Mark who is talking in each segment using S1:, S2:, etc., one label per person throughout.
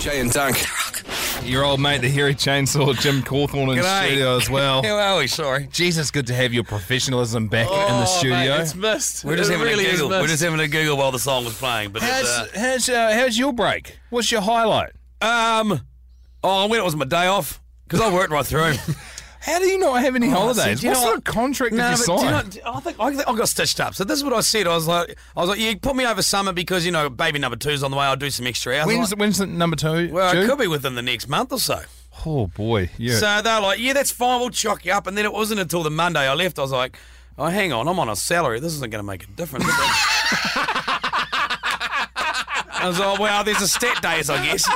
S1: Jay and Dunk.
S2: Your old mate, the hairy chainsaw, Jim Cawthorne, in the
S3: G'day.
S2: studio as well.
S3: How are we? Sorry.
S2: Jesus, good to have your professionalism back in the
S4: Oh,
S2: studio.
S4: mate, it's missed.
S3: We're just
S4: It
S3: having
S4: really
S3: a
S4: is
S3: Google. We're
S4: missed.
S3: just having a Google while the song was playing. But it's,
S2: how's how's, uh, how's your break? What's your highlight?
S3: uh, um, oh, when it was my day off because I worked right through.
S2: How do you not have any holidays?
S3: do you
S2: what
S3: know
S2: sort
S3: what?
S2: of contract
S3: No,
S2: did you
S3: but do
S2: sign?
S3: you know, do- I think I, think I got stitched up. So this is what I said. I was like, I was like, you put me over summer because you know baby number two's on the way. I'll do some extra hours.
S2: when's,
S3: I'm like,
S2: when's the number two?
S3: well,
S2: due?
S3: it could be within the next month or so.
S2: Oh boy, yeah.
S3: So they're like, yeah, that's fine. We'll chalk you up. And then it wasn't until the Monday I left. I was like, oh, hang on, I'm on a salary. This isn't going to make a difference. is it? I was like, well, there's a stat days, I guess.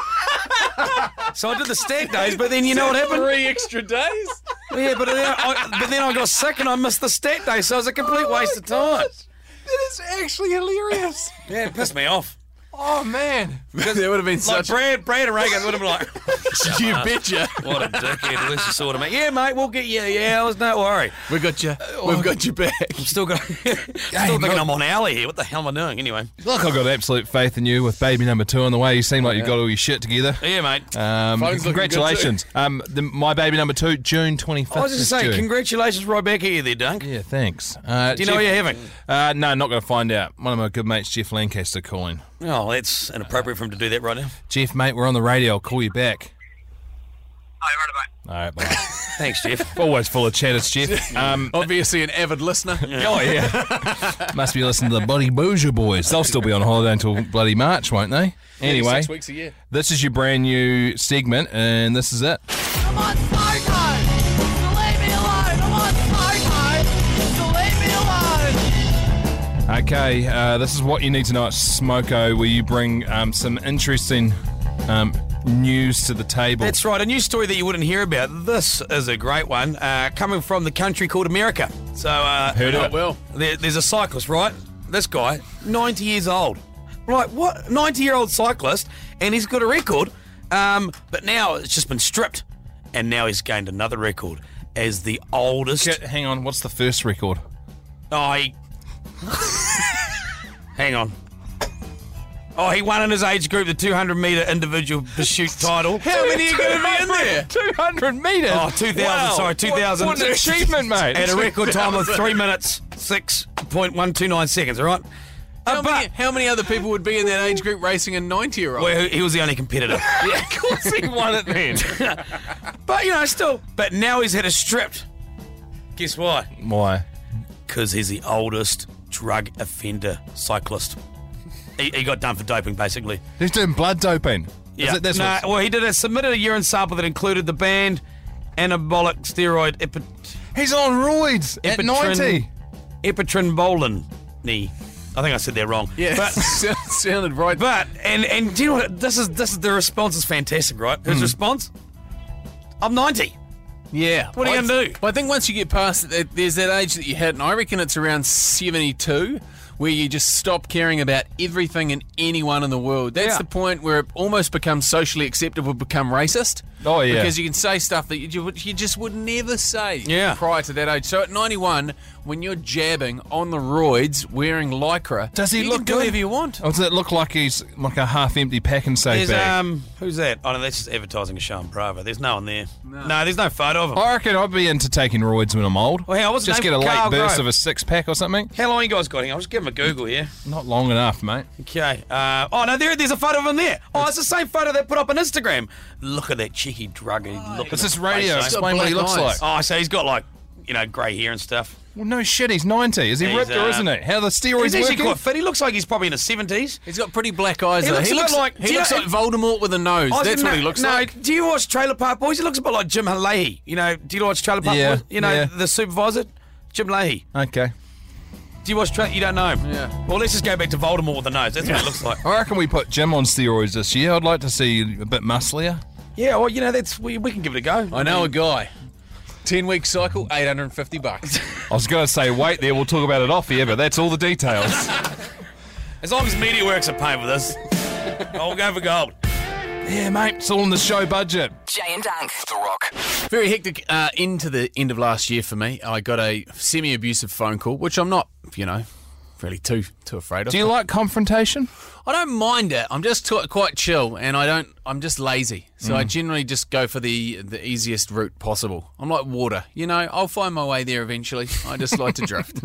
S3: So I did the stat days, but then you know what happened?
S4: Three extra days.
S3: Yeah, but then I, but then I got sick and I missed the stat day, so it was a complete waste of time.
S2: that is actually hilarious.
S3: Yeah, it pissed me off.
S2: oh man,
S4: there would have been
S3: Like
S4: such.
S3: Brad, Brad and Reagan would have been like,
S4: you betcha.
S3: what a dickhead, this is sort of mate. Yeah, mate, we'll get you the hours, don't worry.
S4: We got you.
S3: Oh.
S4: We've got you back.
S3: Still got, still thinking I'm on alley here. What the hell am I doing anyway?
S2: look, I've got absolute faith in you with baby number two on the way. You seem like you got all your shit together.
S3: Yeah, mate.
S2: Um,
S4: Phone's looking good
S2: congratulations. Um, the, my baby number two, June twenty fifth.
S3: I was just saying, congratulations right back at you there, Dunk.
S2: Yeah, thanks. Uh,
S3: Do you know what you're having?
S2: Uh, no, not going to find out. One of my good mates, Jeff Lancaster, calling.
S3: Oh, that's inappropriate for him to do that right now.
S2: Jeff, mate, we're on the radio. I'll call you back. All right, bye.
S3: Thanks, Jeff.
S2: Always full of chat, it's Jeff. Um,
S4: Obviously, an avid listener.
S2: oh yeah, must be listening to the Bloody Boozer Boys. They'll still be on holiday until bloody March, won't they? Anyway,
S4: Six weeks a year.
S2: this is your brand new segment, and this is it.
S5: I'm on smart time. So leave me alone. I'm on smart time. So leave me alone.
S2: Okay, uh, this is what you need to know at Smoko, where you bring um, some interesting um, news to the table.
S3: That's right, a news story that you wouldn't hear about. This is a great one, uh, coming from the country called America. So, uh,
S2: Heard of
S4: Oh,
S2: it?
S4: well.
S3: There, there's a cyclist, right? This guy, 90 years old. Right, what? 90 year old cyclist, and he's got a record, um, but now it's just been stripped, and now he's gained another record as the oldest.
S2: Shit, Hang on, what's the first record?
S3: Oh, he. Hang on. Oh, he won in his age group the 200 metre individual pursuit title.
S4: How many are going to be in there?
S2: 200 metres?
S3: Oh, 2000, sorry, 2000.
S2: What, what an achievement, mate.
S3: At a record time of 3 minutes, 6.129 seconds, all right? Uh,
S4: How many,
S3: but
S4: how many other people would be in that age group racing a 90 year old?
S3: well, he- he was the only competitor.
S2: yeah, of course he won it then.
S3: but, you know, still. But now he's had a stripped. Guess why?
S2: Why?
S3: Because he's the oldest drug offender cyclist. He, he got done for doping, basically.
S2: He's doing blood doping. Is it, that's
S3: Nah,
S2: what's-
S3: well, he did a submitted a urine sample that included the banned anabolic steroid epi,
S2: He's on roids at
S3: Epitrin-
S2: 90.
S3: epitrenbolin. I think I said that wrong.
S4: yeah,
S3: But
S4: Sound- sounded right.
S3: but and and do you know what? This is this is the response is fantastic, right? His
S2: Hmm.
S3: response. I'm 90.
S4: yeah.
S3: What are you
S4: I-
S3: gonna do?
S4: Well, I think once you get past that, there's that age that you hit, and I reckon it's around 72, where you just stop caring about everything and anyone in the world. That's
S3: Yeah.
S4: the point where it almost becomes socially acceptable, to become racist.
S2: Oh, yeah.
S4: Because you can say stuff that you, ju- you just would never say
S3: Yeah.
S4: prior to that age. So at 91, when you're jabbing on the roids, wearing lycra,
S2: Does he
S4: you
S2: look
S4: can
S2: good?
S4: do whatever you want?
S2: Or does it look like he's like a half empty pack and save
S3: There's
S2: bag?
S3: um who's that? Oh no, that's just advertising a show on Bravo. There's no one there. No, there's no photo of him.
S2: I reckon I'd be into taking roids when I'm old.
S3: Well, hang on, what's his
S2: Just
S3: name?
S2: get a late
S3: Carl
S2: burst of
S3: Grove.
S2: a six pack or something.
S3: How long you guys got? Hang on, I'll just give him a Google here.
S2: Not long enough, mate.
S3: Okay. Uh, oh no, there, there's a photo of him there. Oh, it's the same photo they put up on Instagram. Look at that cheeky druggy. look at
S2: It's
S3: his
S2: this radio.
S3: face, eh?
S2: Explain what he
S4: black
S2: looks
S4: eyes.
S2: like.
S3: Oh, so he's got like, you know, grey hair and stuff.
S2: Well, no shit, he's 90. Is he
S3: He's,
S2: ripped or
S3: uh,
S2: isn't he? How the
S3: He's,
S2: steroids
S3: actually
S2: Oh, working?
S3: quite fit. He looks like he's probably in his seventies.
S4: He's got pretty black eyes.
S3: He
S4: though.
S3: looks a
S4: he
S3: bit
S4: looks
S3: like- do
S4: he
S3: you
S4: looks
S3: know-
S4: like Voldemort with a nose.
S3: Oh,
S4: That's what he looks
S3: no,
S4: like.
S3: No, do you watch Trailer Park Boys? He looks a bit like Jim Leahy. You know, do you watch Trailer Park
S2: Yeah,
S3: Boys? You know,
S2: yeah.
S3: the supervisor, Jim Leahy.
S2: okay.
S3: Do you watch? Tra- you don't know. him.
S4: Yeah.
S3: Well, let's just go back to Voldemort with a nose. That's what it looks like.
S2: I reckon we put Jim on steroids this year. I'd like to see a bit musclier.
S3: Yeah. Well, you know, that's we, we can give it a go.
S4: I know a guy. 10 week cycle, 850 bucks.
S2: I was going to say, wait there, we'll talk about it off here, but that's all the details.
S3: As long as Media Works are paying for this, I'll go for gold.
S2: yeah, mate, it's all in the show budget.
S5: Jay and Dunk.
S1: The Rock.
S4: Very hectic uh, into the end of last year for me. I got a semi abusive phone call, which I'm not, you know, really too too afraid of.
S2: Do you like confrontation?
S4: I don't mind it. I'm just t- quite chill, and I don't. I'm just lazy, so
S2: Mm.
S4: I generally just go for the the easiest route possible. I'm like water, you know. I'll find my way there eventually. I just like to drift.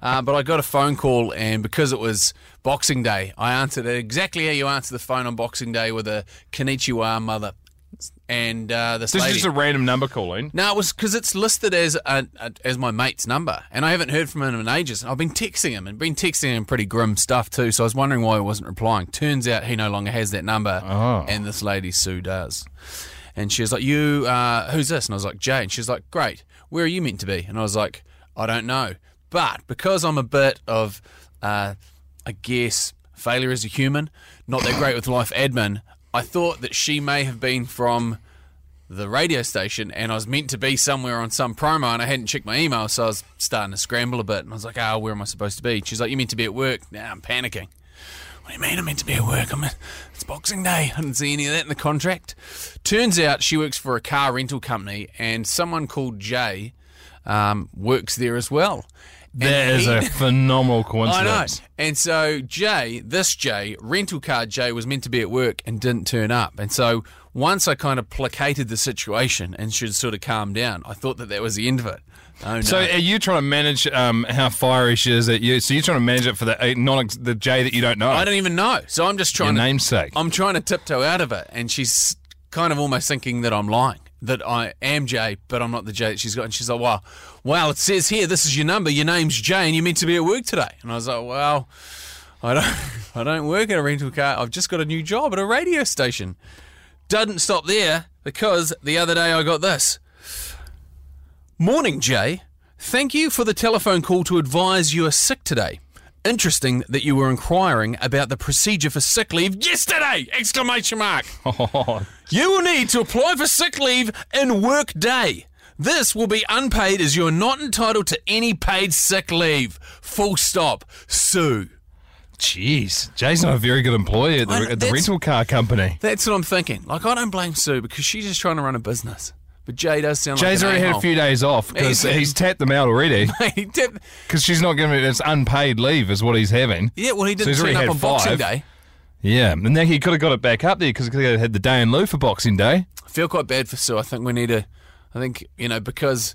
S4: Uh, but I got a phone call, and because it was Boxing Day, I answered it exactly how you answer the phone on Boxing Day with a Kanichiwa mother. And uh, this
S2: This
S4: lady.
S2: is just a random number calling.
S4: No, it was because it's listed as a, a, as my mate's number, and I haven't heard from him in ages. And I've been texting him and been texting him pretty grim stuff too. So I was wondering why he wasn't replying. Turns out he no longer has that number,
S2: Oh.
S4: and this lady Sue does. And she was like, "You, uh, who's this?" And I was like, "Jay." And she was like, "Great. Where are you meant to be?" And I was like, "I don't know." But because I'm a bit of, uh, I guess, failure as a human, not that great with life admin, I thought that she may have been from the radio station and I was meant to be somewhere on some promo and I hadn't checked my email, so I was starting to scramble a bit. And I was like, oh, where am I supposed to be? She's like, you meant to be at work. Now I'm panicking. What do you mean I'm meant to be at work? I'm at, it's Boxing Day. I didn't see any of that in the contract. Turns out she works for a car rental company and someone called Jay um, works there as well. And
S2: That is
S4: he-
S2: a phenomenal
S4: I know.
S2: coincidence.
S4: And so Jay, this Jay, rental car Jay, was meant to be at work and didn't turn up. And so once I kind of placated the situation and should sort of calm down, I thought that that was the end of it. Oh no!
S2: So are you trying to manage um, how fiery she is at you? So you're trying to manage it for the eh, non the J that you don't Oh, know.
S4: I don't even know. So I'm just
S2: your
S4: trying to
S2: namesake.
S4: I'm trying to tiptoe out of it, and she's kind of almost thinking that I'm lying, that I am Jay, but I'm not the Jay that she's got. And she's like, "Wow, wow, it says here this is your number. Your name's Jay, and you're meant to be at work today." And I was like, "Well, I don't, I don't work at a rental car. I've just got a new job at a radio station." Doesn't stop there because the other day I got this. Morning, Jay. Thank you for the telephone call to advise you are sick today. Interesting that you were inquiring about the procedure for sick leave yesterday! Exclamation mark.
S2: Oh.
S4: you will need to apply for sick leave in work day. This will be unpaid as you are not entitled to any paid sick leave. Full stop. Sue.
S2: Jeez, Jay's not a very good employee at
S4: I know,
S2: the, at the
S4: that's-
S2: rental car company.
S4: That's what I'm thinking. Like I don't blame Sue because she's just trying to run a business. But Jay does sound like
S2: Jay's
S4: an
S2: already had a
S4: a-hole.
S2: few days off because
S4: He's-
S2: he's tapped them out already.
S4: he did,
S2: Because she's not giving it. It's unpaid leave is what he's having.
S4: yeah, well, he
S2: So
S4: didn't
S2: he's already
S4: turn up
S2: had
S4: on Boxing
S2: five.
S4: Day.
S2: Yeah, and then he could have got it back up there because he had the day in lieu for Boxing Day.
S4: I feel quite bad for Sue. I think we need to. I think you know because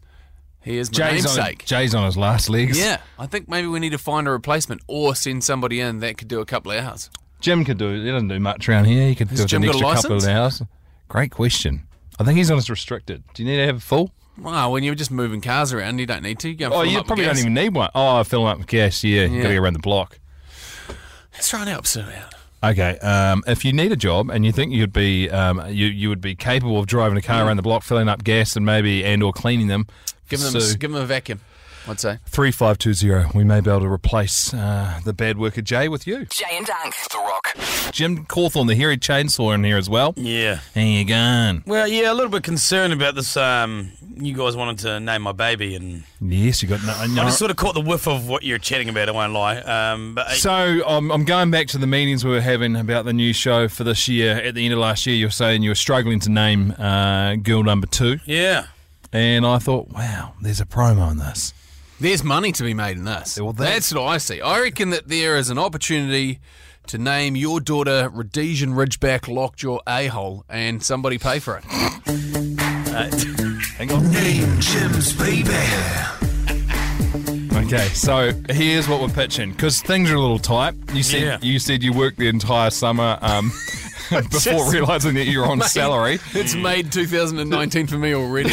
S4: he is my
S2: Jay's on,
S4: namesake.
S2: Jay's on his last legs.
S4: yeah, I think maybe we need to find a replacement or send somebody in that could do a couple of hours.
S2: Jim could do it. He doesn't do much around here. He could do it
S4: Jim
S2: an
S4: got a
S2: extra couple of
S4: license?
S2: hours. Great question. I think he's on his restricted. Do you need to have a full?
S4: Wow, when you're just moving cars around, you don't need to. You go and
S2: Oh,
S4: fill them
S2: you
S4: up with
S2: probably
S4: gas.
S2: don't even need one. Oh, fill up with gas. Yeah, you got to
S4: Yeah.
S2: go around the block.
S4: Let's try and help Sue out.
S2: Okay. Um, if you need a job and you think you'd be um, you you would be capable of driving a car around the block, filling up gas, and maybe and or cleaning them,
S4: Give them,
S2: so,
S4: give them a vacuum. I'd say.
S2: three five two zero. We may be able to replace uh, the bad worker Jay with you,
S1: Jay and Dunk.
S2: Jim Cawthorne, the hairy chainsaw in here as well.
S3: Yeah.
S2: How you going?
S3: Well, yeah, a little bit concerned about this. Um, you guys wanted to name my baby, and
S2: Yes, you got no. no-
S3: I just sort of caught the whiff of what you're chatting about. I won't lie. Um, but
S2: So um, I'm going back to the meetings we were having about the new show for this year. At the end of last year, you were saying you were struggling to name uh, girl number two,
S3: yeah,
S2: and I thought, wow, there's a promo on this.
S4: There's money to be made in this.
S2: Well, that-
S4: that's, what I see. I reckon that there is an opportunity to name your daughter Rhodesian Ridgeback Lockjaw A Hole and somebody pay for it.
S2: Hang on.
S6: Name Jim's baby.
S2: Okay, so here's what we're pitching because things are a little tight. You said
S3: Yeah.
S2: you said you worked the entire summer um, before realizing that you're on salary.
S4: It's made 2019 for me already.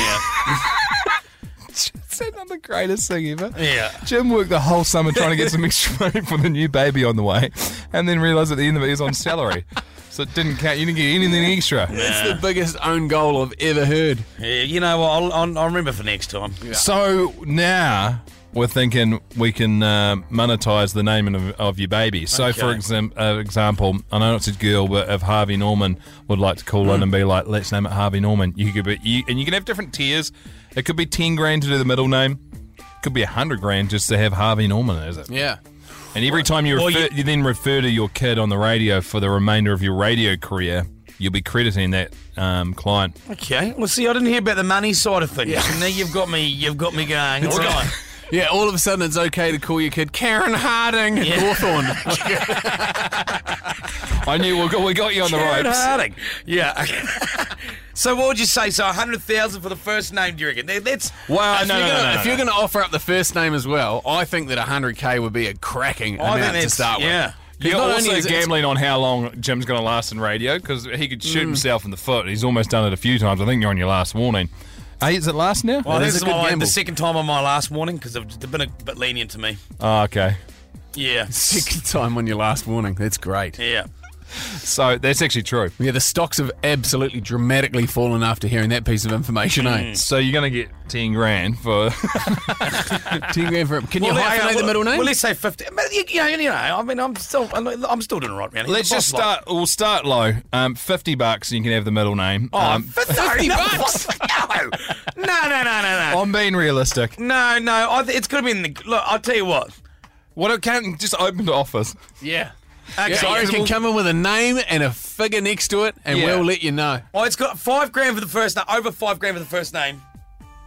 S2: It's not the greatest thing ever.
S3: yeah.
S2: Jim worked the whole summer trying to get some extra money for the new baby on the way, and then realized at the end of it he's on salary, so it didn't count. You didn't get anything extra.
S4: It's the biggest own goal I've ever heard.
S3: Yeah, You know, what, I'll, I'll, I'll remember for next time.
S2: So now we're thinking we can uh, monetize the naming of, of your baby. So, for
S3: Okay.
S2: exam- uh, example, I know it's a girl, but if Harvey Norman would like to call
S3: Hmm.
S2: in and be like, "Let's name it Harvey Norman," you could be, you, and you can have different tiers. It could be ten grand to do the middle name. Could be a hundred grand just to have Harvey Norman as it.
S4: Yeah.
S2: And every time you
S3: Well,
S2: refer,
S3: you-
S2: you then refer to your kid on the radio for the remainder of your radio career, you'll be crediting that um, client.
S3: Okay. Well, see, I didn't hear about the money side of things, and now you've got me. You've got me going. All right.
S4: Yeah, all of a sudden it's okay to call your kid Karen Harding in Hawthorne.
S2: I knew we got, we got you on the
S3: Karen
S2: ropes.
S3: Harding. Yeah. so what would you say? So 100,000 for the first name, do you reckon? That- That's
S2: Wow,
S4: if
S2: no,
S4: you're
S2: no,
S4: gonna,
S2: no, no,
S4: if
S2: no.
S4: you're gonna offer up the first name as well, I think that 100k would be a cracking
S3: I think
S4: amount to
S3: that's-
S4: start with.
S3: yeah.
S4: 'Cause
S2: You're
S4: not
S2: also
S4: only is it-
S2: gambling on how long Jim's going to last in radio because he could shoot himself in the foot. He's almost done it a few times. I think you're on your last warning. Hey, is it last now?
S3: Well,
S4: That
S3: this
S4: is a
S3: is
S4: good
S3: my,
S4: gamble.
S3: the second time on my last warning because they've been a bit lenient to me.
S2: Oh, okay.
S3: Yeah.
S4: Second time on your last warning. That's great. Yeah.
S3: Yeah.
S2: So that's actually true.
S4: the stocks have absolutely dramatically fallen after hearing that piece of information, eh?
S2: So you're going to get 10 grand for.
S4: Ten grand for Can you
S3: Well, hang on,
S4: hyphenate the
S3: well,
S4: middle name?
S3: Well, let's say 50. But you, you know, you know, I mean, I'm still, I'm I'm still doing right, man.
S2: Let's just start. We'll start low. Um, 50 bucks and you can have the middle name.
S3: Oh,
S2: um,
S3: 50 bucks. No, no, no, no, no.
S2: I'm being realistic.
S3: No, no. I th- it's could have been the. Look, I'll tell you what.
S2: What it can just open to offers.
S4: yeah.
S3: Okay,
S4: so I
S3: it's
S4: can
S3: all-
S4: come in with a name and a figure next to it, and
S2: Yeah.
S4: we'll let you know.
S3: oh, it's got five grand for the first name. Over five grand for the first name.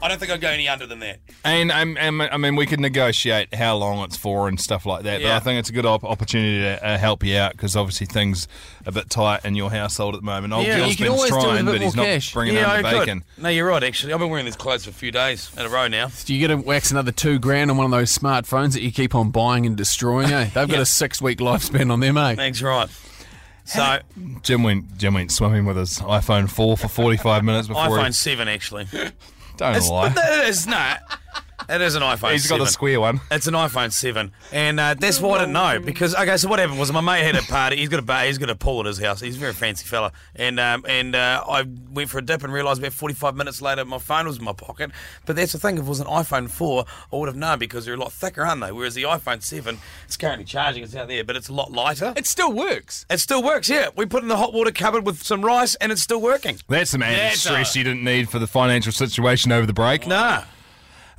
S3: I don't think I'd go any under than that.
S2: And um, and, I mean, we could negotiate how long it's for and stuff like that. But
S3: Yeah.
S2: I think it's a good op- opportunity to uh, help you out because obviously things are a bit tight in your household at the moment. Old
S4: Yeah,
S2: Gil's
S4: you can
S2: been
S4: always do with a
S2: trying,
S4: bit
S2: but he's
S4: more
S2: not
S4: cash.
S2: bringing
S3: yeah,
S2: home the
S3: I could.
S2: bacon.
S3: No, you're right. Actually, I've been wearing these clothes for a few days in a row now.
S4: Do you get to wax another two grand on one of those smartphones that you keep on buying and destroying, eh? They've got a six week lifespan on them, eh?
S3: Thanks, right. So
S2: Jim went Jim went swimming with his iPhone 4 for 45 minutes before.
S3: iPhone
S2: He,
S3: seven actually.
S2: don't
S3: It's,
S2: lie.
S3: it is not. It is an iPhone.
S2: He's got
S3: 7.
S2: the square one.
S3: It's an iPhone seven, and uh, that's why I didn't know. Because okay, so what happened was my mate had a party. He's got a bar. He's got a pool at his house. He's a very fancy fella, and um, and uh, I went for a dip and realised about forty five minutes later my phone was in my pocket. But that's the thing. If it was an iPhone four, I would have known because they're a lot thicker, aren't they? Whereas the iPhone seven, it's currently charging. It's out there, but it's a lot lighter.
S4: It still works.
S3: It still works. Yeah, we put it in the hot water cupboard with some rice, and it's still working.
S2: That's some added
S3: That's
S2: stress
S3: a-
S2: you didn't need for the financial situation over the break.
S3: Nah.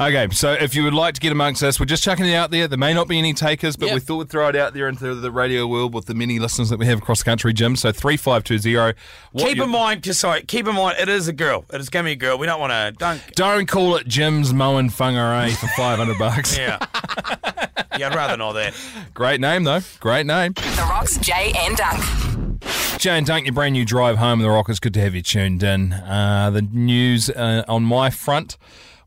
S2: Okay, so if you would like to get amongst us, we're just chucking it out there. There may not be any takers, but
S4: Yep.
S2: we thought we'd throw it out there into the radio world with the many listeners that we have across the country, Jim. So 3520. What
S3: Keep
S2: you-
S3: in mind, just sorry. Keep in mind, it is a girl. It is going to be a girl. We don't want to dunk.
S2: Don't call it Jim's Moen Whangarei for 500 bucks.
S3: Yeah. yeah, I'd rather not that.
S2: Great name, though. Great name.
S1: The Rocks, Jay and Dunk.
S2: Jane Dunk, your brand new drive home in the Rockers. Good to have you tuned in. Uh, the news uh, on my front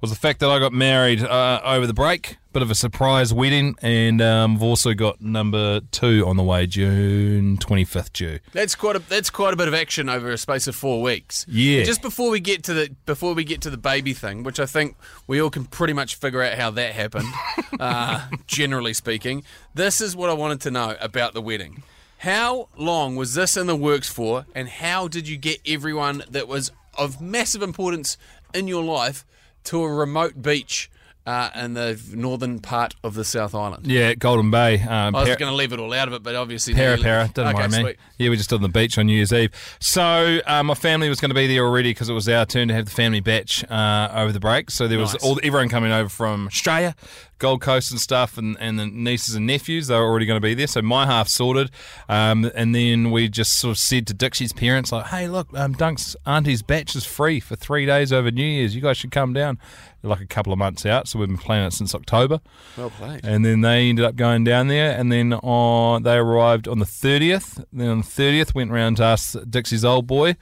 S2: was the fact that I got married uh, over the break. Bit of a surprise wedding, and um, I've also got number two on the way, June 25th due.
S4: That's quite a that's quite a bit of action over a space of four weeks.
S2: Yeah.
S4: Just before we get to the before we get to the baby thing, which I think we all can pretty much figure out how that happened, uh, generally speaking. This is what I wanted to know about the wedding. How long was this in the works for, and how did you get everyone that was of massive importance in your life to a remote beach uh, in the northern part of the South Island?
S2: Yeah, at Golden Bay. Um,
S4: I was
S2: Par-
S4: going to leave it all out of it, but obviously
S2: Para Para, doesn't
S4: okay,
S2: mind me.
S4: sweet.
S2: Yeah, we just did on the beach on New Year's Eve. So uh, my family was going to be there already because it was our turn to have the family batch uh, over the break. So there was
S4: Nice.
S2: all everyone coming over from Australia, Gold Coast and stuff, and, and the nieces and nephews they were already going to be there. So my half sorted, um, and then we just sort of said to Dixie's parents like, "Hey, look, um, Dunk's auntie's batch is free for three days over New Year's. You guys should come down." Like a couple of months out, so we've been planning it since October.
S4: Well played.
S2: And then they ended up going down there, and then on, they arrived on the 30th. Then on the 30th, went round to us, Dixie's old boy,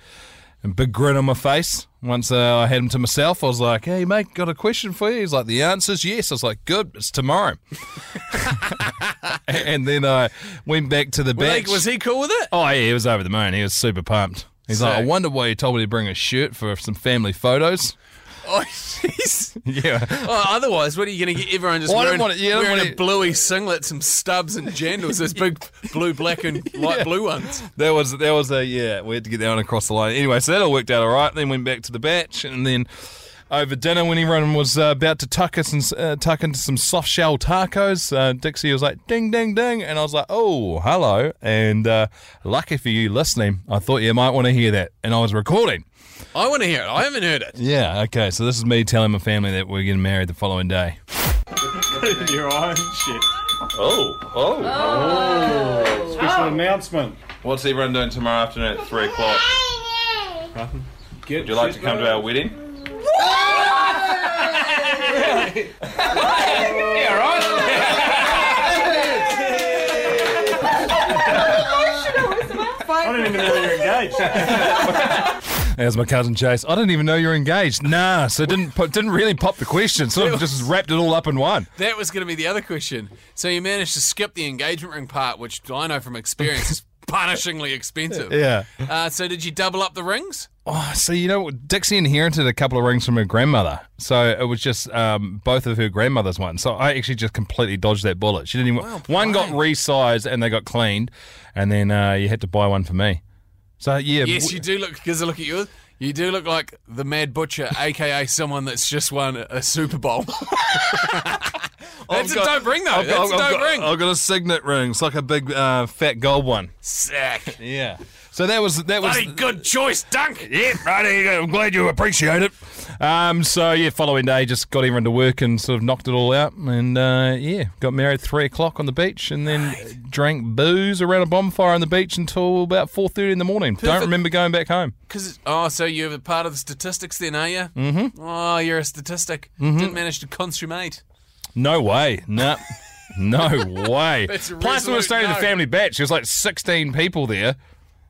S2: and big grin on my face. Once uh, I had him to myself, I was like, hey, mate, got a question for you. He's like, the answer's yes. I was like, good, it's tomorrow. and then I went back to the
S4: Well,
S2: bench.
S4: he- was he cool with it?
S2: Oh, yeah, he was over the moon. He was super pumped. He's like, I
S4: Sick.
S2: wonder why you told me to bring a shirt for some family photos.
S4: Oh, jeez.
S2: Yeah.
S4: Oh, otherwise, what are you going to get everyone just
S2: Well, I don't
S4: wearing,
S2: want it- yeah, I don't
S4: wearing
S2: want
S4: a
S2: it-
S4: bluey singlet, some stubs and jandals, those big blue, black and light blue ones?
S2: There was there was a yeah, we had to get that one across the line. Anyway, so that all worked out all right. Then went back to the batch, and then over dinner when everyone was uh, about to tuck us and uh, tuck into some soft shell tacos, uh, Dixie was like ding ding ding, and I was like oh hello, and uh, lucky for you listening, I thought you might want to hear that, and I was recording.
S4: I want to hear it. I haven't heard it.
S2: Yeah, okay, so this is me telling my family that we're getting married the following day.
S6: your own shit. Oh.
S2: Oh oh,
S6: Special announcement.
S2: what's everyone doing tomorrow afternoon at three o'clock?
S6: Get
S2: Would you like to come to our wedding?
S4: Yeah, right.
S6: I didn't even know you were engaged.
S2: As my cousin Chase, I didn't even know you were engaged. Nah, so didn't put, didn't really pop the question. Sort of just wrapped it all up in one.
S4: That was going to be the other question. So you managed to skip the engagement ring part, which I know from experience is punishingly expensive.
S2: Yeah.
S4: Uh, so did you double up the rings?
S2: Oh, so you know, Dixie inherited a couple of rings from her grandmother, so it was just um, both of her grandmother's ones. So I actually just completely dodged that bullet. She didn't even. one got resized and they got cleaned, and then uh, you had to buy one for me. So yeah,
S4: Yes,
S2: w-
S4: you do look. Because I look at you, you do look like the Mad Butcher, aka someone that's just won a Super Bowl.
S2: Oh,
S4: that's a
S2: got-
S4: dope ring, though.
S2: I've got,
S4: that's a dope
S2: I've got-
S4: ring.
S2: I've got a signet ring. It's like a big uh, fat gold one.
S4: Sick.
S2: Yeah. So that was that was
S4: Bloody good choice, Dunk.
S2: Yeah, righty. I'm glad you appreciate it. Um, so yeah, following day, just got everyone to work and sort of knocked it all out, and uh, yeah, got married three o'clock on the beach, and then drank booze around a bonfire on the beach until about four thirty in the morning. Don't remember going back home.
S4: Cause, oh, so you're a part of the statistics then, are you? Mm-hmm. Oh, you're a statistic.
S2: Mm-hmm.
S4: Didn't manage to consummate.
S2: No way. No. No way.
S4: That's a
S2: Plus, we were
S4: resolute
S2: staying at
S4: no.
S2: the family batch. There was like 16 people there.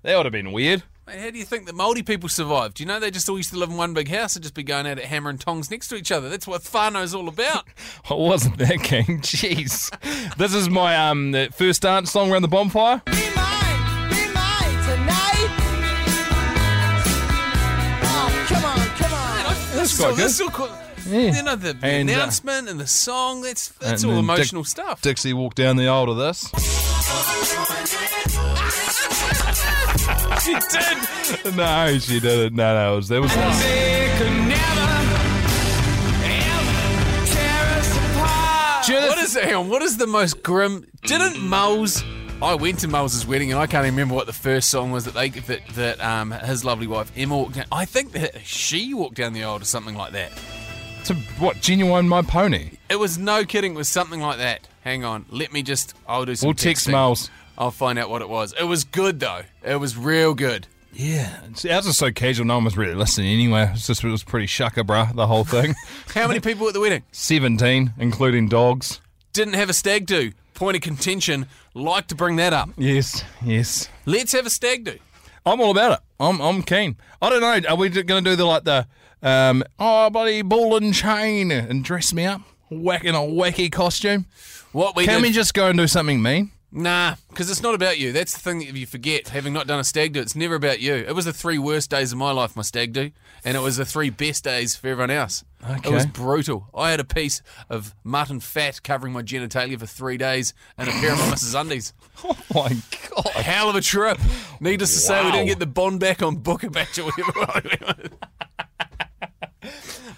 S2: That would have been weird.
S4: Mate, how do you think the Maori people survived? Do you know they just all used to live in one big house and just be going out at hammer and tongs next to each other? That's what whānau's all about.
S2: I wasn't that keen. Jeez. this is my um the first dance song around the bonfire.
S5: Be mine, be mine tonight. Oh, come on, come on.
S4: That's
S2: quite good.
S4: This all co-
S2: Yeah.
S4: You know, the, the
S2: And, uh,
S4: announcement and the song, that's, that's
S2: And
S4: all
S2: then Dick-
S4: emotional stuff.
S2: Dixie walked down the aisle to this.
S4: She did.
S2: No, she didn't. No, no, it was that was.
S4: What is, hang on, what is the most grim? Didn't Moles. I went to Moles' wedding and I can't even remember what the first song was that they that, that um, his lovely wife Emma walked down. I think that she walked down the aisle to something like that.
S2: to, what genuine my pony?
S4: It was no kidding. It was something like that. Hang on. Let me just. I'll do some.
S2: We'll text
S4: texting.
S2: Miles.
S4: I'll find out what it was. It was good though. It was real good.
S2: Yeah, it's- ours is so casual. No one was really listening anyway. It's just it was pretty shucker, bruh. The whole thing.
S4: How many people at the wedding
S2: Seventeen, including dogs.
S4: didn't have a stag do? Point of contention. Like to bring that up.
S2: Yes, yes.
S4: Let's have a stag do.
S2: I'm all about it. I'm I'm keen. I don't know. Are we going to do the like the um oh buddy ball and chain and dress me up, whack in a wacky costume?
S4: What we
S2: Can
S4: did-
S2: we just go and do something mean?
S4: Nah, because it's not about you. That's the thing that you forget. Having not done a stag do, it's never about you. It was the three worst days of my life, my stag do, and it was the three best days for everyone else.
S2: Okay.
S4: It was brutal. I had a piece of mutton fat covering my genitalia for three days and a pair of my missus' undies.
S2: Oh my god.
S4: A hell of a trip. Needless to say, we didn't get the bond back on Booker Batch or whatever.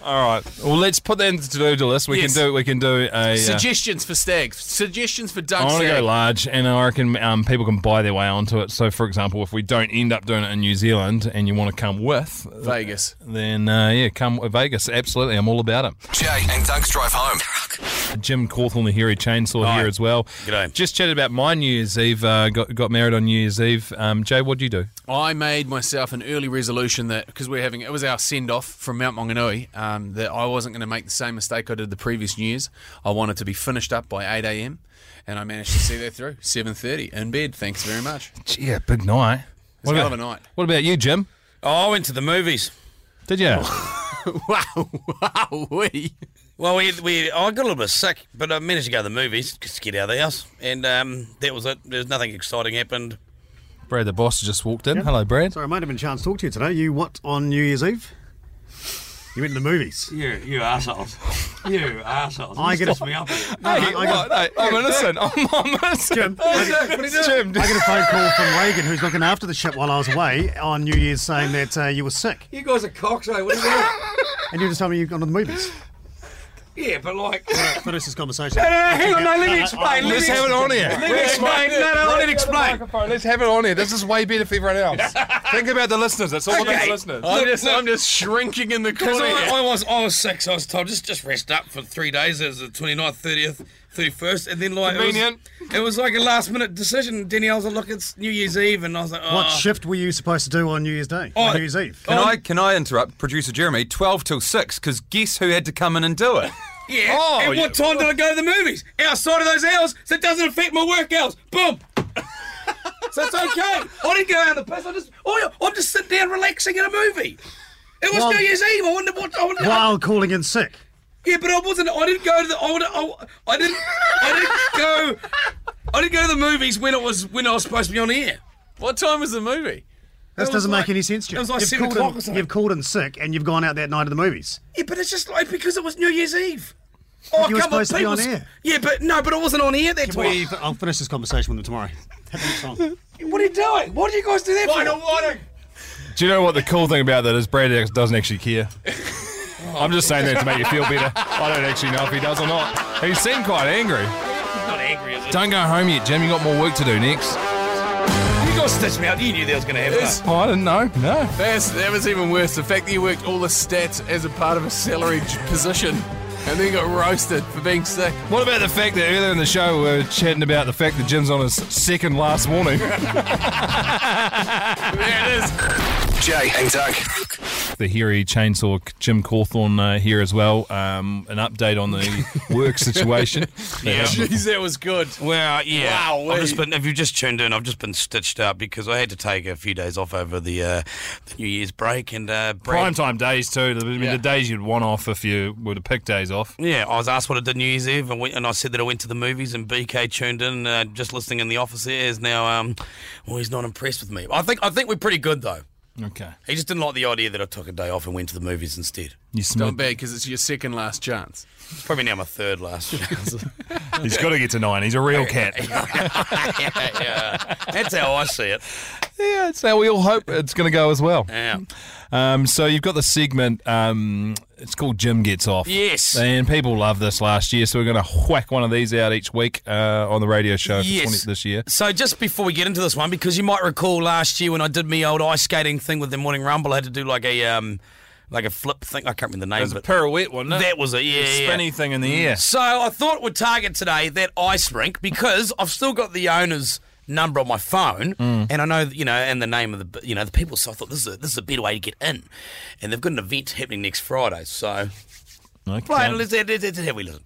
S2: All right. Well, let's put that into the to-do list. We
S4: Yes.
S2: can do. We can do a. Uh,
S4: Suggestions for stags. Suggestions for
S2: I
S4: Doug's
S2: want to go
S4: stag.
S2: large, and I reckon um, people can buy their way onto it. So, for example, if we don't end up doing it in New Zealand, and you want to come with,
S4: Vegas.
S2: then uh, yeah, come with Vegas. Absolutely, I'm all about it.
S1: Jay and Dunk's drive home.
S2: Jim Cawthorne, the hairy chainsaw here as well.
S3: G'day.
S2: Just chatted about my New Year's Eve. Uh, got got married on New Year's Eve. Um, Jay, what'd you do?
S4: I made myself an early resolution that because we're having it was our send off from Mount Maunganui um, that I wasn't going to make the same mistake I did the previous New Year's. I wanted to be finished up by eight a.m. and I managed to see that through seven thirty in bed. Thanks very much.
S2: Gee, yeah, big night. What
S4: hell
S2: about,
S4: of a night.
S2: What about you, Jim?
S3: Oh, I went to the movies.
S2: Did you?
S4: Wow, wow, we.
S3: Well, we, we I got a little bit sick, but I managed to go to the movies just to get out of the house, and um, that was it. There's nothing exciting happened.
S2: Brad, the boss, just walked in. Hello, Brad.
S7: Sorry, I might have been a chance to talk to you today. You what on New Year's Eve? You went to the movies.
S8: You, you assholes. You assholes.
S7: I
S8: You
S7: get a-
S8: pissed me up here.
S7: I, I got,
S2: Hey, I'm innocent. I'm, I'm innocent.
S7: Jim,
S2: Jim,
S7: I got a phone call from Reagan, who's looking after the ship while I was away on New Year's, saying that uh, you were sick,
S8: You guys are cocks, eh? What do you want?
S7: and you just told me you've gone to the movies.
S8: Yeah, but like.
S7: Finish this conversation.
S8: hang on, no, let me explain.
S2: Let's have it on here. Let's explain. No, no, let it explain. Let's have it on here. This is way better for everyone else. Think about the listeners. That's all about the listeners.
S4: I'm just, I'm just shrinking in the corner.
S8: I,
S4: here.
S8: I was I was sick, so I was told just just rest up for three days. It was the 29th, 30th, 31st, and then like it was-
S2: Convenient.
S8: It was, like a last minute decision. Danielle's like, look, it's New Year's Eve, and I was like, oh.
S7: What shift were you supposed to do on New Year's Day? on
S8: Oh,
S7: New Year's Eve.
S1: Can I can I interrupt producer Jeremy? Twelve till six, because guess who had to come in and do it?
S8: Yeah.
S2: Oh,
S8: At what
S2: yeah.
S8: time do I go to the movies? Outside of those hours, so it doesn't affect my work hours. Boom. so it's okay. I didn't go out of the piss. I just, I, I just sit down relaxing in a movie. It was
S7: Well-
S8: New Year's Eve. I wouldn't. have- I wouldn't I-
S7: while calling in sick.
S8: yeah, but I wasn't. I didn't go to the. I, would- I, I didn't. I didn't go. I didn't go to the movies when it was when I was supposed to be on the air.
S4: What time was the movie?
S7: This
S8: was
S7: doesn't
S8: like-
S7: make any sense to you.
S8: it was like
S7: you've,
S8: seven
S7: called
S8: o'clock
S7: in,
S8: or something.
S7: you've called in sick and you've gone out that night to the movies.
S8: Yeah, but it's just like because it was New Year's Eve. Oh,
S7: you were
S8: come on,
S7: supposed to be on
S8: people's-
S7: air.
S8: Yeah, but no, but I wasn't on air that time.
S7: I'll finish this conversation with them tomorrow.
S8: What are you doing? What do you guys do that for?
S2: Do you know what the cool thing about that is? Brad X doesn't actually care. I'm just saying that to make you feel better. I don't actually know if he does or not. He seemed quite angry.
S8: not angry, is it?
S2: Don't go home yet, Jim. You got more work to do next.
S8: You guys stitched me out. You knew that was going to happen.
S4: It's-
S2: Oh, I didn't know. No.
S4: That's, that was even worse. The fact that you worked all the stats as a part of a salary j- position and then got roasted for being sick.
S2: What about the fact that earlier in the show we were chatting about the fact that Jim's on his second last warning?
S4: There it is.
S1: Jay and Doug.
S2: the hairy chainsaw Jim Cawthorn uh, here as well. Um, an update on the work situation. yeah.
S4: Jeez, that was good.
S3: Well, yeah.
S4: Wow,
S3: I've just
S4: we-
S3: been, if you've just tuned in, I've just been stitched up because I had to take a few days off over the, uh, the New Year's break and uh,
S2: Prime
S3: Brad,
S2: time days too. I mean,
S4: Yeah.
S2: the days you'd want off if you were to pick days off.
S3: Yeah, I was asked what I did New Year's Eve, and, went, and I said that I went to the movies, and BK tuned in, uh, just listening in the office. There is now, um, well, he's not impressed with me. I think I think we're pretty good though.
S2: Okay.
S3: He just didn't like the idea that I took a day off and went to the movies instead.
S2: You
S4: Not
S2: smid-
S4: bad because it's your second last chance.
S3: It's probably now my third last. chance.
S2: He's got to get to nine. He's a real cat.
S3: yeah, that's how I see it.
S2: yeah, so we all hope it's going to go as well.
S3: Yeah.
S2: Um, so you've got the segment. Um, it's called Jim Gets Off.
S3: Yes.
S2: And people loved this last year, so we're going to whack one of these out each week uh, on the radio show for 20 this year.
S3: So just before we get into this one, because you might recall last year when I did my old ice skating thing with the Morning Rumble, I had to do like a um, like a flip thing. I can't remember the name.
S2: There's a
S3: but
S2: pirouette, wasn't it?
S3: that was it. Yeah, yeah.
S2: spinny thing in the air.
S3: So I thought we'd target today that ice rink because I've still got the owner's number on my phone,
S2: Mm.
S3: and I know that, you know, and the name of the you know the people. So I thought this is a, this is a better way to get in, and they've got an event happening next Friday. So
S2: Okay.
S3: right, let's, let's, let's, let's have we listen.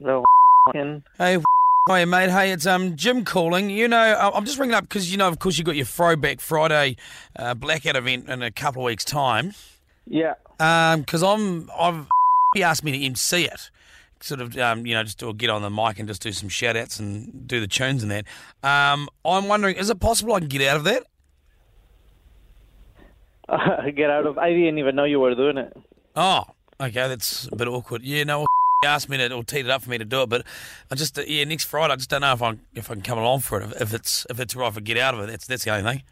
S9: the fucking
S3: Hey, hi mate. Hey, it's um Jim calling. You know, I- I'm just ringing up because you know, of course, you got your Throwback Friday uh, blackout event in a couple of weeks' time.
S9: yeah.
S3: because I'm I've he asked me to MC it, sort of um, you know just do a get on the mic and just do some shout outs and do the tunes and that. Um, I'm wondering, is it possible I can get out of that?
S9: Get out of. I didn't even know you were doing it.
S3: Oh, okay, that's a bit awkward. Yeah, no. he Asked me to or teed it up for me to do it, but I just uh, yeah next Friday I just don't know if I if I can come along for it if, if it's if it's all right if I get out of it that's that's the only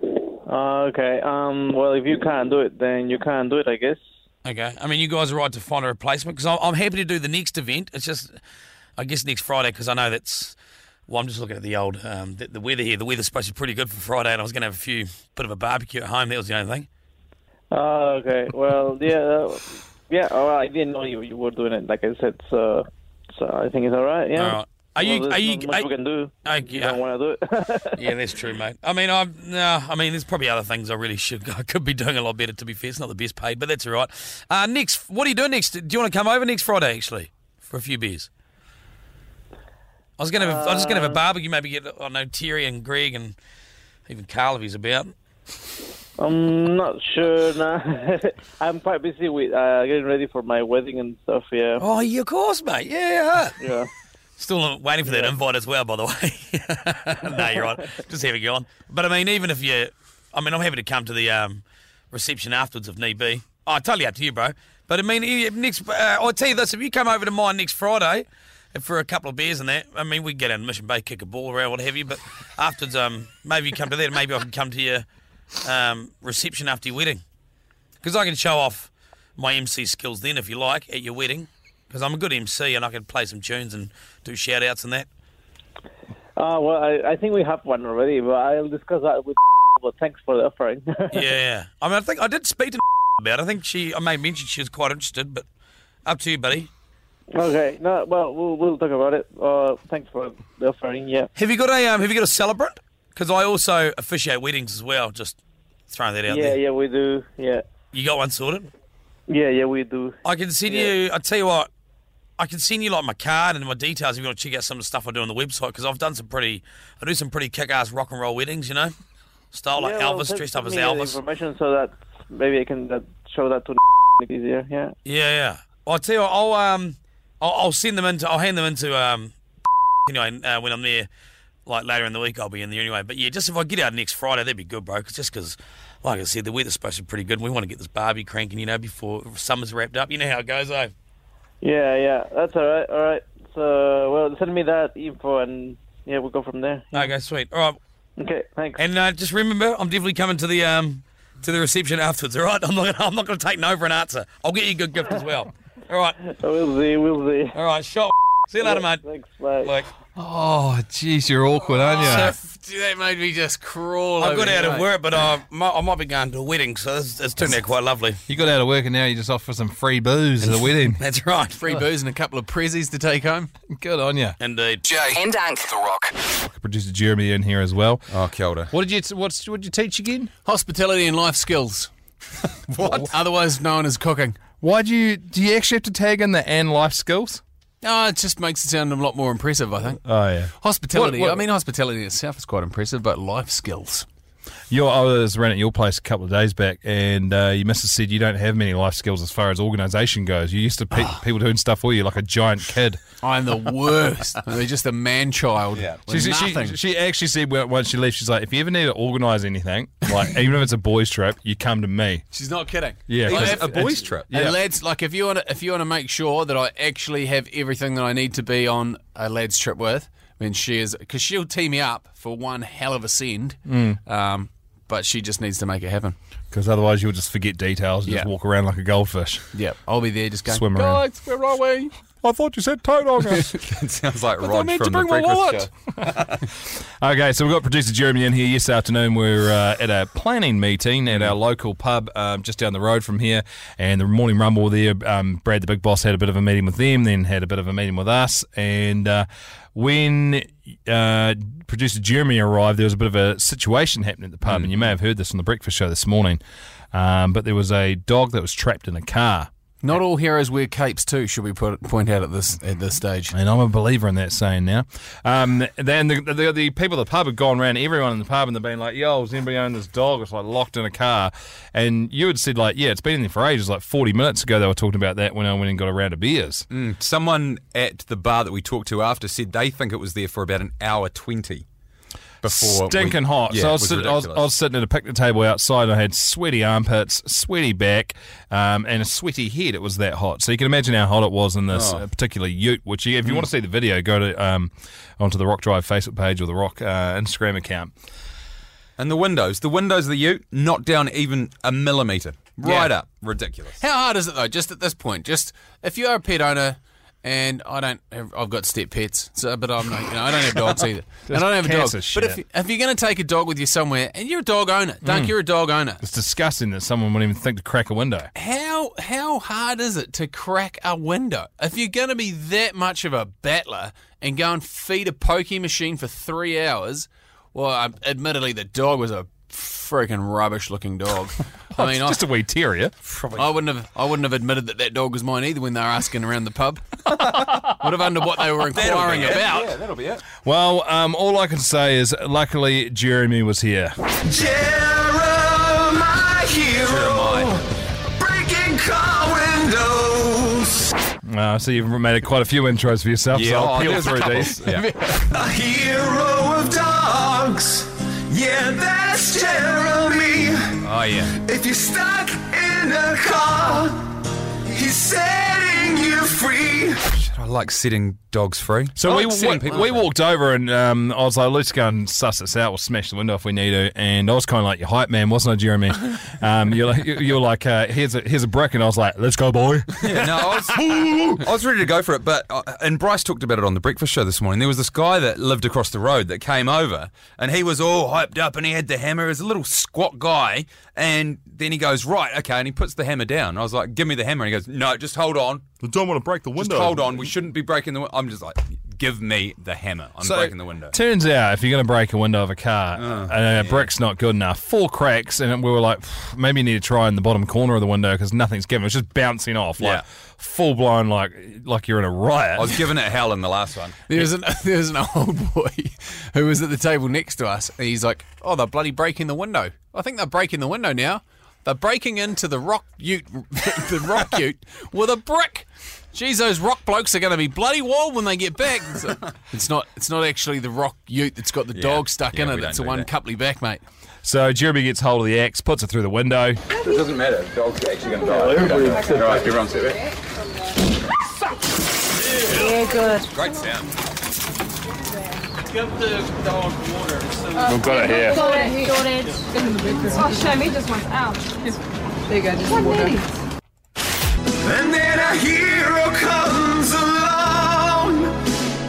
S3: thing.
S9: Uh, okay. Um. Well, if you can't do it, then you can't do it. I guess.
S3: Okay, I mean you guys are right to find a replacement because I'm, I'm happy to do the next event. It's just I guess next Friday because I know that's well I'm just looking at the old um, the, the weather here. The weather's supposed to be pretty good for Friday, and I was going to have a few bit of a barbecue at home. That was the only thing.
S9: Uh, okay. Well, yeah. Uh, yeah. Oh, I didn't know you, you were doing it. Like I said, so so I think it's all right. Yeah.
S3: All right. Are
S9: Well,
S3: you-
S9: there's
S3: are you-
S9: Not much
S3: are-
S9: we can do.
S3: I-
S9: You
S3: yeah.
S9: don't want to do it.
S3: Yeah, that's true, mate. I mean, I'm no. I mean, there's probably other things I really should. I could be doing a lot better. To be fair, it's not the best paid, but that's all right. Uh, next, what are you doing next? Do you want to come over next Friday actually for a few beers? I was gonna. Have, I was just gonna have a barbecue. Maybe get I know Terry and Greg and even Carl if he's about.
S9: I'm not sure. Nah. I'm quite busy with uh, getting ready for my wedding and stuff. Yeah.
S3: Oh, yeah, of course, mate. Yeah.
S9: Yeah.
S3: Still waiting for that invite as well, by the way. no, you're right. Just have it go on. But I mean, even if you, I mean, I'm happy to come to the um, reception afterwards if need be. Oh, totally up to you, bro. But I mean, if next, uh, I'll tell you this: if you come over to mine next Friday for a couple of beers and that, I mean, we can get in Mission Bay, kick a ball around, what have you. But afterwards, um, maybe you come to that, and maybe I can come to your um, reception after your wedding, because I can show off my MC skills then, if you like, at your wedding because I'm a good MC and I can play some tunes and do shout outs and that.
S9: Uh, well, I, I think we have one already, but I'll discuss that with. But thanks for the offering.
S3: Yeah. I mean, I think I did speak to about it. I think she, I may mention she was quite interested, but up to you, buddy.
S9: Okay. No. Well, we'll, we'll talk about it. Uh, thanks for the offering. Yeah.
S3: Have you got a, um, have you got a celebrant? Because I also officiate weddings as well, just Throwing that out
S9: Yeah,
S3: there.
S9: yeah, we do. Yeah,
S3: You got one sorted?
S9: yeah, yeah, we do.
S3: I can send you. I tell you what, I can send you like my card and my details if you want to check out some of the stuff I do on the website because I've done some pretty, I do some pretty kick-ass rock and roll weddings, you know, style like
S9: yeah, well,
S3: Elvis,
S9: send-
S3: dressed up
S9: send
S3: as
S9: me the
S3: Elvis.
S9: Information so that maybe I can that, show that to easier. Yeah.
S3: Yeah, yeah. Well, I tell you what, I'll um, I'll, I'll send them into, I'll hand them into um, anyway uh, when I'm there, like later in the week I'll be in there anyway. But yeah, just if I get out next Friday, that'd be good, bro. 'cause just because, like I said, the weather's supposed to be pretty good. We want to get this barbie cranking, you know, before summer's wrapped up. You know how it goes, eh?
S9: Yeah, yeah, that's all right. All right. So, well, send me that info, and yeah, we'll go from there.
S3: Okay, sweet. All right.
S9: Okay, thanks.
S3: And uh, just remember, I'm definitely coming to the um to the reception afterwards. All right, I'm not gonna, I'm not going to take no for an answer. I'll get you a good gift as well. All right,
S9: we'll see. We'll see.
S3: all right. Shot. See you later, mate.
S9: Thanks. Bye.
S3: Like
S2: Oh, jeez, you're awkward, aren't you?
S4: That made me just crawl.
S3: I
S4: over
S3: got
S4: the
S3: out of
S4: way.
S3: work, but uh, I might, I might be going to a wedding, so it's, it's turned out quite lovely.
S2: you got out of work and now you just offer some free booze at a wedding.
S3: That's right.
S4: Free booze and a couple of prezzies to take home.
S2: Good on you.
S3: Indeed.
S1: Jay,
S10: and Dunk.
S1: The Rock.
S2: Producer Jeremy in here as well.
S11: Oh, kia ora.
S2: What did you what's what did you teach again?
S4: Hospitality and life skills. what? Otherwise known as cooking.
S2: Why do you do you actually have to tag in the and life skills?
S4: No, it just makes it sound a lot more impressive, I think.
S2: Oh yeah.
S4: Hospitality.
S2: What- what-
S4: I mean, hospitality itself is quite impressive, but life skills.
S2: Your, I was around at your place a couple of days back, and uh, you must have said you don't have many life skills as far as organisation goes. You used to pe- people doing stuff for you like a giant kid.
S4: I'm the worst. They're just a man child. Yeah.
S2: She, she,
S4: nothing.
S2: she, she actually said when- once she left, she's like, if you ever need to organise anything, like even if it's a boys' trip, you come to me.
S4: She's not kidding.
S2: Yeah,
S4: Like,
S2: because
S4: if-
S11: a boys' trip.
S4: And lads, like if you want to, if you want to make sure that I actually have everything that I need to be on a lads trip with, then she is because she'll tee me up for one hell of a send.
S11: Mm.
S4: Um, but she just needs to make it happen.
S2: Because otherwise you'll just forget details and just
S4: Yeah.
S2: walk around like a goldfish.
S4: Yeah, I'll be there just going.
S2: Swim around.
S4: Guys, where are we?
S2: I thought you said toad ogre.
S11: It sounds like
S4: I
S11: Rod
S4: need to
S11: from the
S4: bring my
S11: breakfast
S4: wallet.
S11: show.
S2: Okay, so we've got producer Jeremy in here yesterday afternoon. We're uh, at a planning meeting at our local pub um, just down the road from here. And the morning rumble there, um, Brad the Big Boss had a bit of a meeting with them, then had a bit of a meeting with us. And uh, when uh, producer Jeremy arrived, there was a bit of a situation happening at the pub. And you may have heard this on the breakfast show this morning. Um, but there was a dog that was trapped in a car.
S4: Not all heroes wear capes too. Should we put, point out at this at this stage?
S2: And I'm a believer in that saying now. Um, then the, the, the people at the pub had gone around, everyone in the pub, and they've been like, yo, does anybody own this dog? It's like locked in a car. And you had said, like, yeah, it's been in there for ages. Like 40 minutes ago, they were talking about that when I went and got a round of beers.
S11: Mm. Someone at the bar that we talked to after said they think it was there for about an hour 20 before. we-
S2: Stinking hot.
S11: Yeah,
S2: so I
S11: it
S2: was,
S11: was
S2: sit- I, was, I
S11: ridiculous.
S2: was sitting at a picnic table outside, and I had sweaty armpits, sweaty back, um, and a sweaty head. It was that hot. So you can imagine how hot it was in this
S11: Oh.
S2: uh, particular ute. Which, you, if
S11: Mm.
S2: you want to see the video, go to um, onto the Rock Drive Facebook page or the Rock uh, Instagram account.
S11: And the windows, the windows of the ute, not down even a millimetre. Right
S4: Yeah.
S11: up. Ridiculous.
S4: How hard is it though? Just at this point, just if you are a pet owner, and I don't, have, I've got step pets, so, but I'm not, you know, I don't have dogs either, and I don't have a dog.
S2: cats are
S4: But if,
S2: shit. Mm.
S4: if you're going to take a dog with you somewhere, and you're a dog owner, Dunk, you're a dog owner.
S2: It's disgusting that someone wouldn't even think to crack a window.
S4: How how hard is it to crack a window? If you're going to be that much of a battler and go and feed a pokey machine for three hours, well, um, admittedly the dog was a freaking rubbish looking dog. I mean, I,
S2: Just a wee terrier.
S4: I wouldn't have. I wouldn't have admitted that that dog was mine either when they were asking around the pub. Would have under what they were inquiring about.
S11: that'll be it.
S2: Well, um, all I can say is luckily Jeremy was here.
S5: Jeremiah Hero. Breaking car windows.
S2: Uh, so you've made quite a few intros for yourself, so
S11: Yeah,
S2: I'll
S11: oh,
S2: peel
S11: there's a
S2: through
S11: couple.
S2: these.
S11: Yeah.
S5: A hero of dogs. Yeah, that's Jeremy.
S11: Oh, yeah.
S5: If you're stuck in a car, he's setting you free.
S11: I like setting dogs free.
S2: So
S11: I
S2: we
S11: like
S2: wa-
S11: setting people
S2: we
S11: free.
S2: walked over and um, I was like, let's go and suss this out. We'll smash the window if we need to. And I was kind of like your hype man, wasn't I, Jeremy? Um, you're like, you're like uh, here's a here's a brick, and I was like, let's go, boy.
S11: Yeah, no, I was, I was ready to go for it, but uh, and Bryce talked about it on the breakfast show this morning. There was this guy that lived across the road that came over, and he was all hyped up, and he had the hammer. He was a little squat guy, and then he goes right, okay, and he puts the hammer down. I was like, give me the hammer, and he goes, no, just hold on,
S2: I don't want to break the
S11: just hold on. We shouldn't be breaking the. wi-" I'm just like, Give me the hammer. I'm
S2: So-
S11: breaking the window.
S2: Turns out, if you're going to break a window of a car, uh, a brick's not good enough. Four cracks, and we were like, "Pff, maybe you need to try in the bottom corner of the window because nothing's given. It's just bouncing off, like
S11: Yeah.
S2: full blown, like like you're in a riot.
S11: I was giving it hell in the last one.
S4: There was, an, there was an old boy who was at the table next to us, and he's like, "Oh, they're bloody breaking the window. I think they're breaking the window now. They're breaking into the rock ute, the rock ute with a brick. Jeez, those rock blokes are going to be bloody wild when they get back." It's, like, it's not. It's not actually the rock ute that's got the dog stuck
S2: Yeah,
S4: in
S2: we
S4: it.
S2: don't
S4: It's the
S2: do
S4: one
S2: that.
S4: coupley back, mate.
S2: So Jeremy gets hold of the axe, puts it through the window.
S11: It doesn't matter. The dog's actually going to
S2: die.
S11: die.
S2: Right,
S11: everyone sit there.
S5: Yeah, good.
S11: Great sound.
S8: Give the dog water.
S11: We've got it here.
S5: Got it, got it. Oh, show me just one. Ow. There you go, just water. And then a hero comes along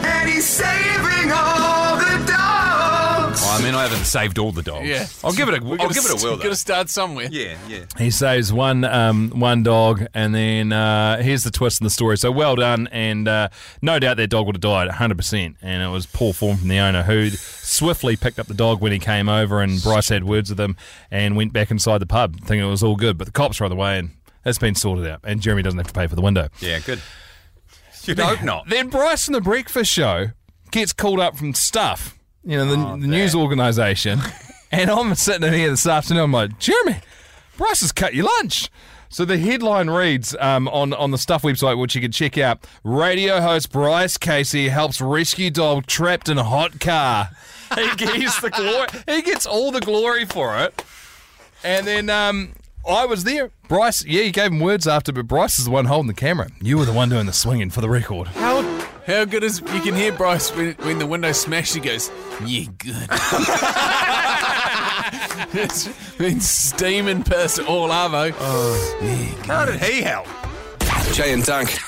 S5: and he's saving all the dogs.
S11: Oh, I mean, I haven't saved all the dogs.
S4: Yeah.
S11: I'll give it a.
S4: We're
S11: I'll
S4: gonna
S11: give it a
S4: st-
S11: whirl.
S4: Gotta start somewhere.
S11: Yeah, yeah.
S2: He saves one um, one dog, and then uh, here's the twist in the story. So well done, and uh, no doubt that dog would have died 100%. And it was poor form from the owner, who swiftly picked up the dog when he came over, and Bryce had words with him and went back inside the pub, thinking it was all good. But the cops were on the way, and it's been sorted out, and Jeremy doesn't have to pay for the window.
S11: Yeah, good. You'd hope not.
S2: Then Bryce and the Breakfast Show gets called up from Stuff, you know, the, the news organisation. and I'm sitting in here this afternoon, I'm like, Jeremy, Bryce has cut your lunch. So the headline reads um, on, on the Stuff website, which you can check out radio host Bryce Casey helps rescue dog trapped in a hot car. he, gets the glory, he gets all the glory for it. And then um, I was there. Bryce, yeah, you gave him words after, but Bryce is the one holding the camera. You were the one doing the swinging for the record.
S4: How how good is you can hear Bryce when, when the window smashed? He goes, "Yeah, good." it's been steaming piss all arvo.
S1: How did he help? Jay and Dunk.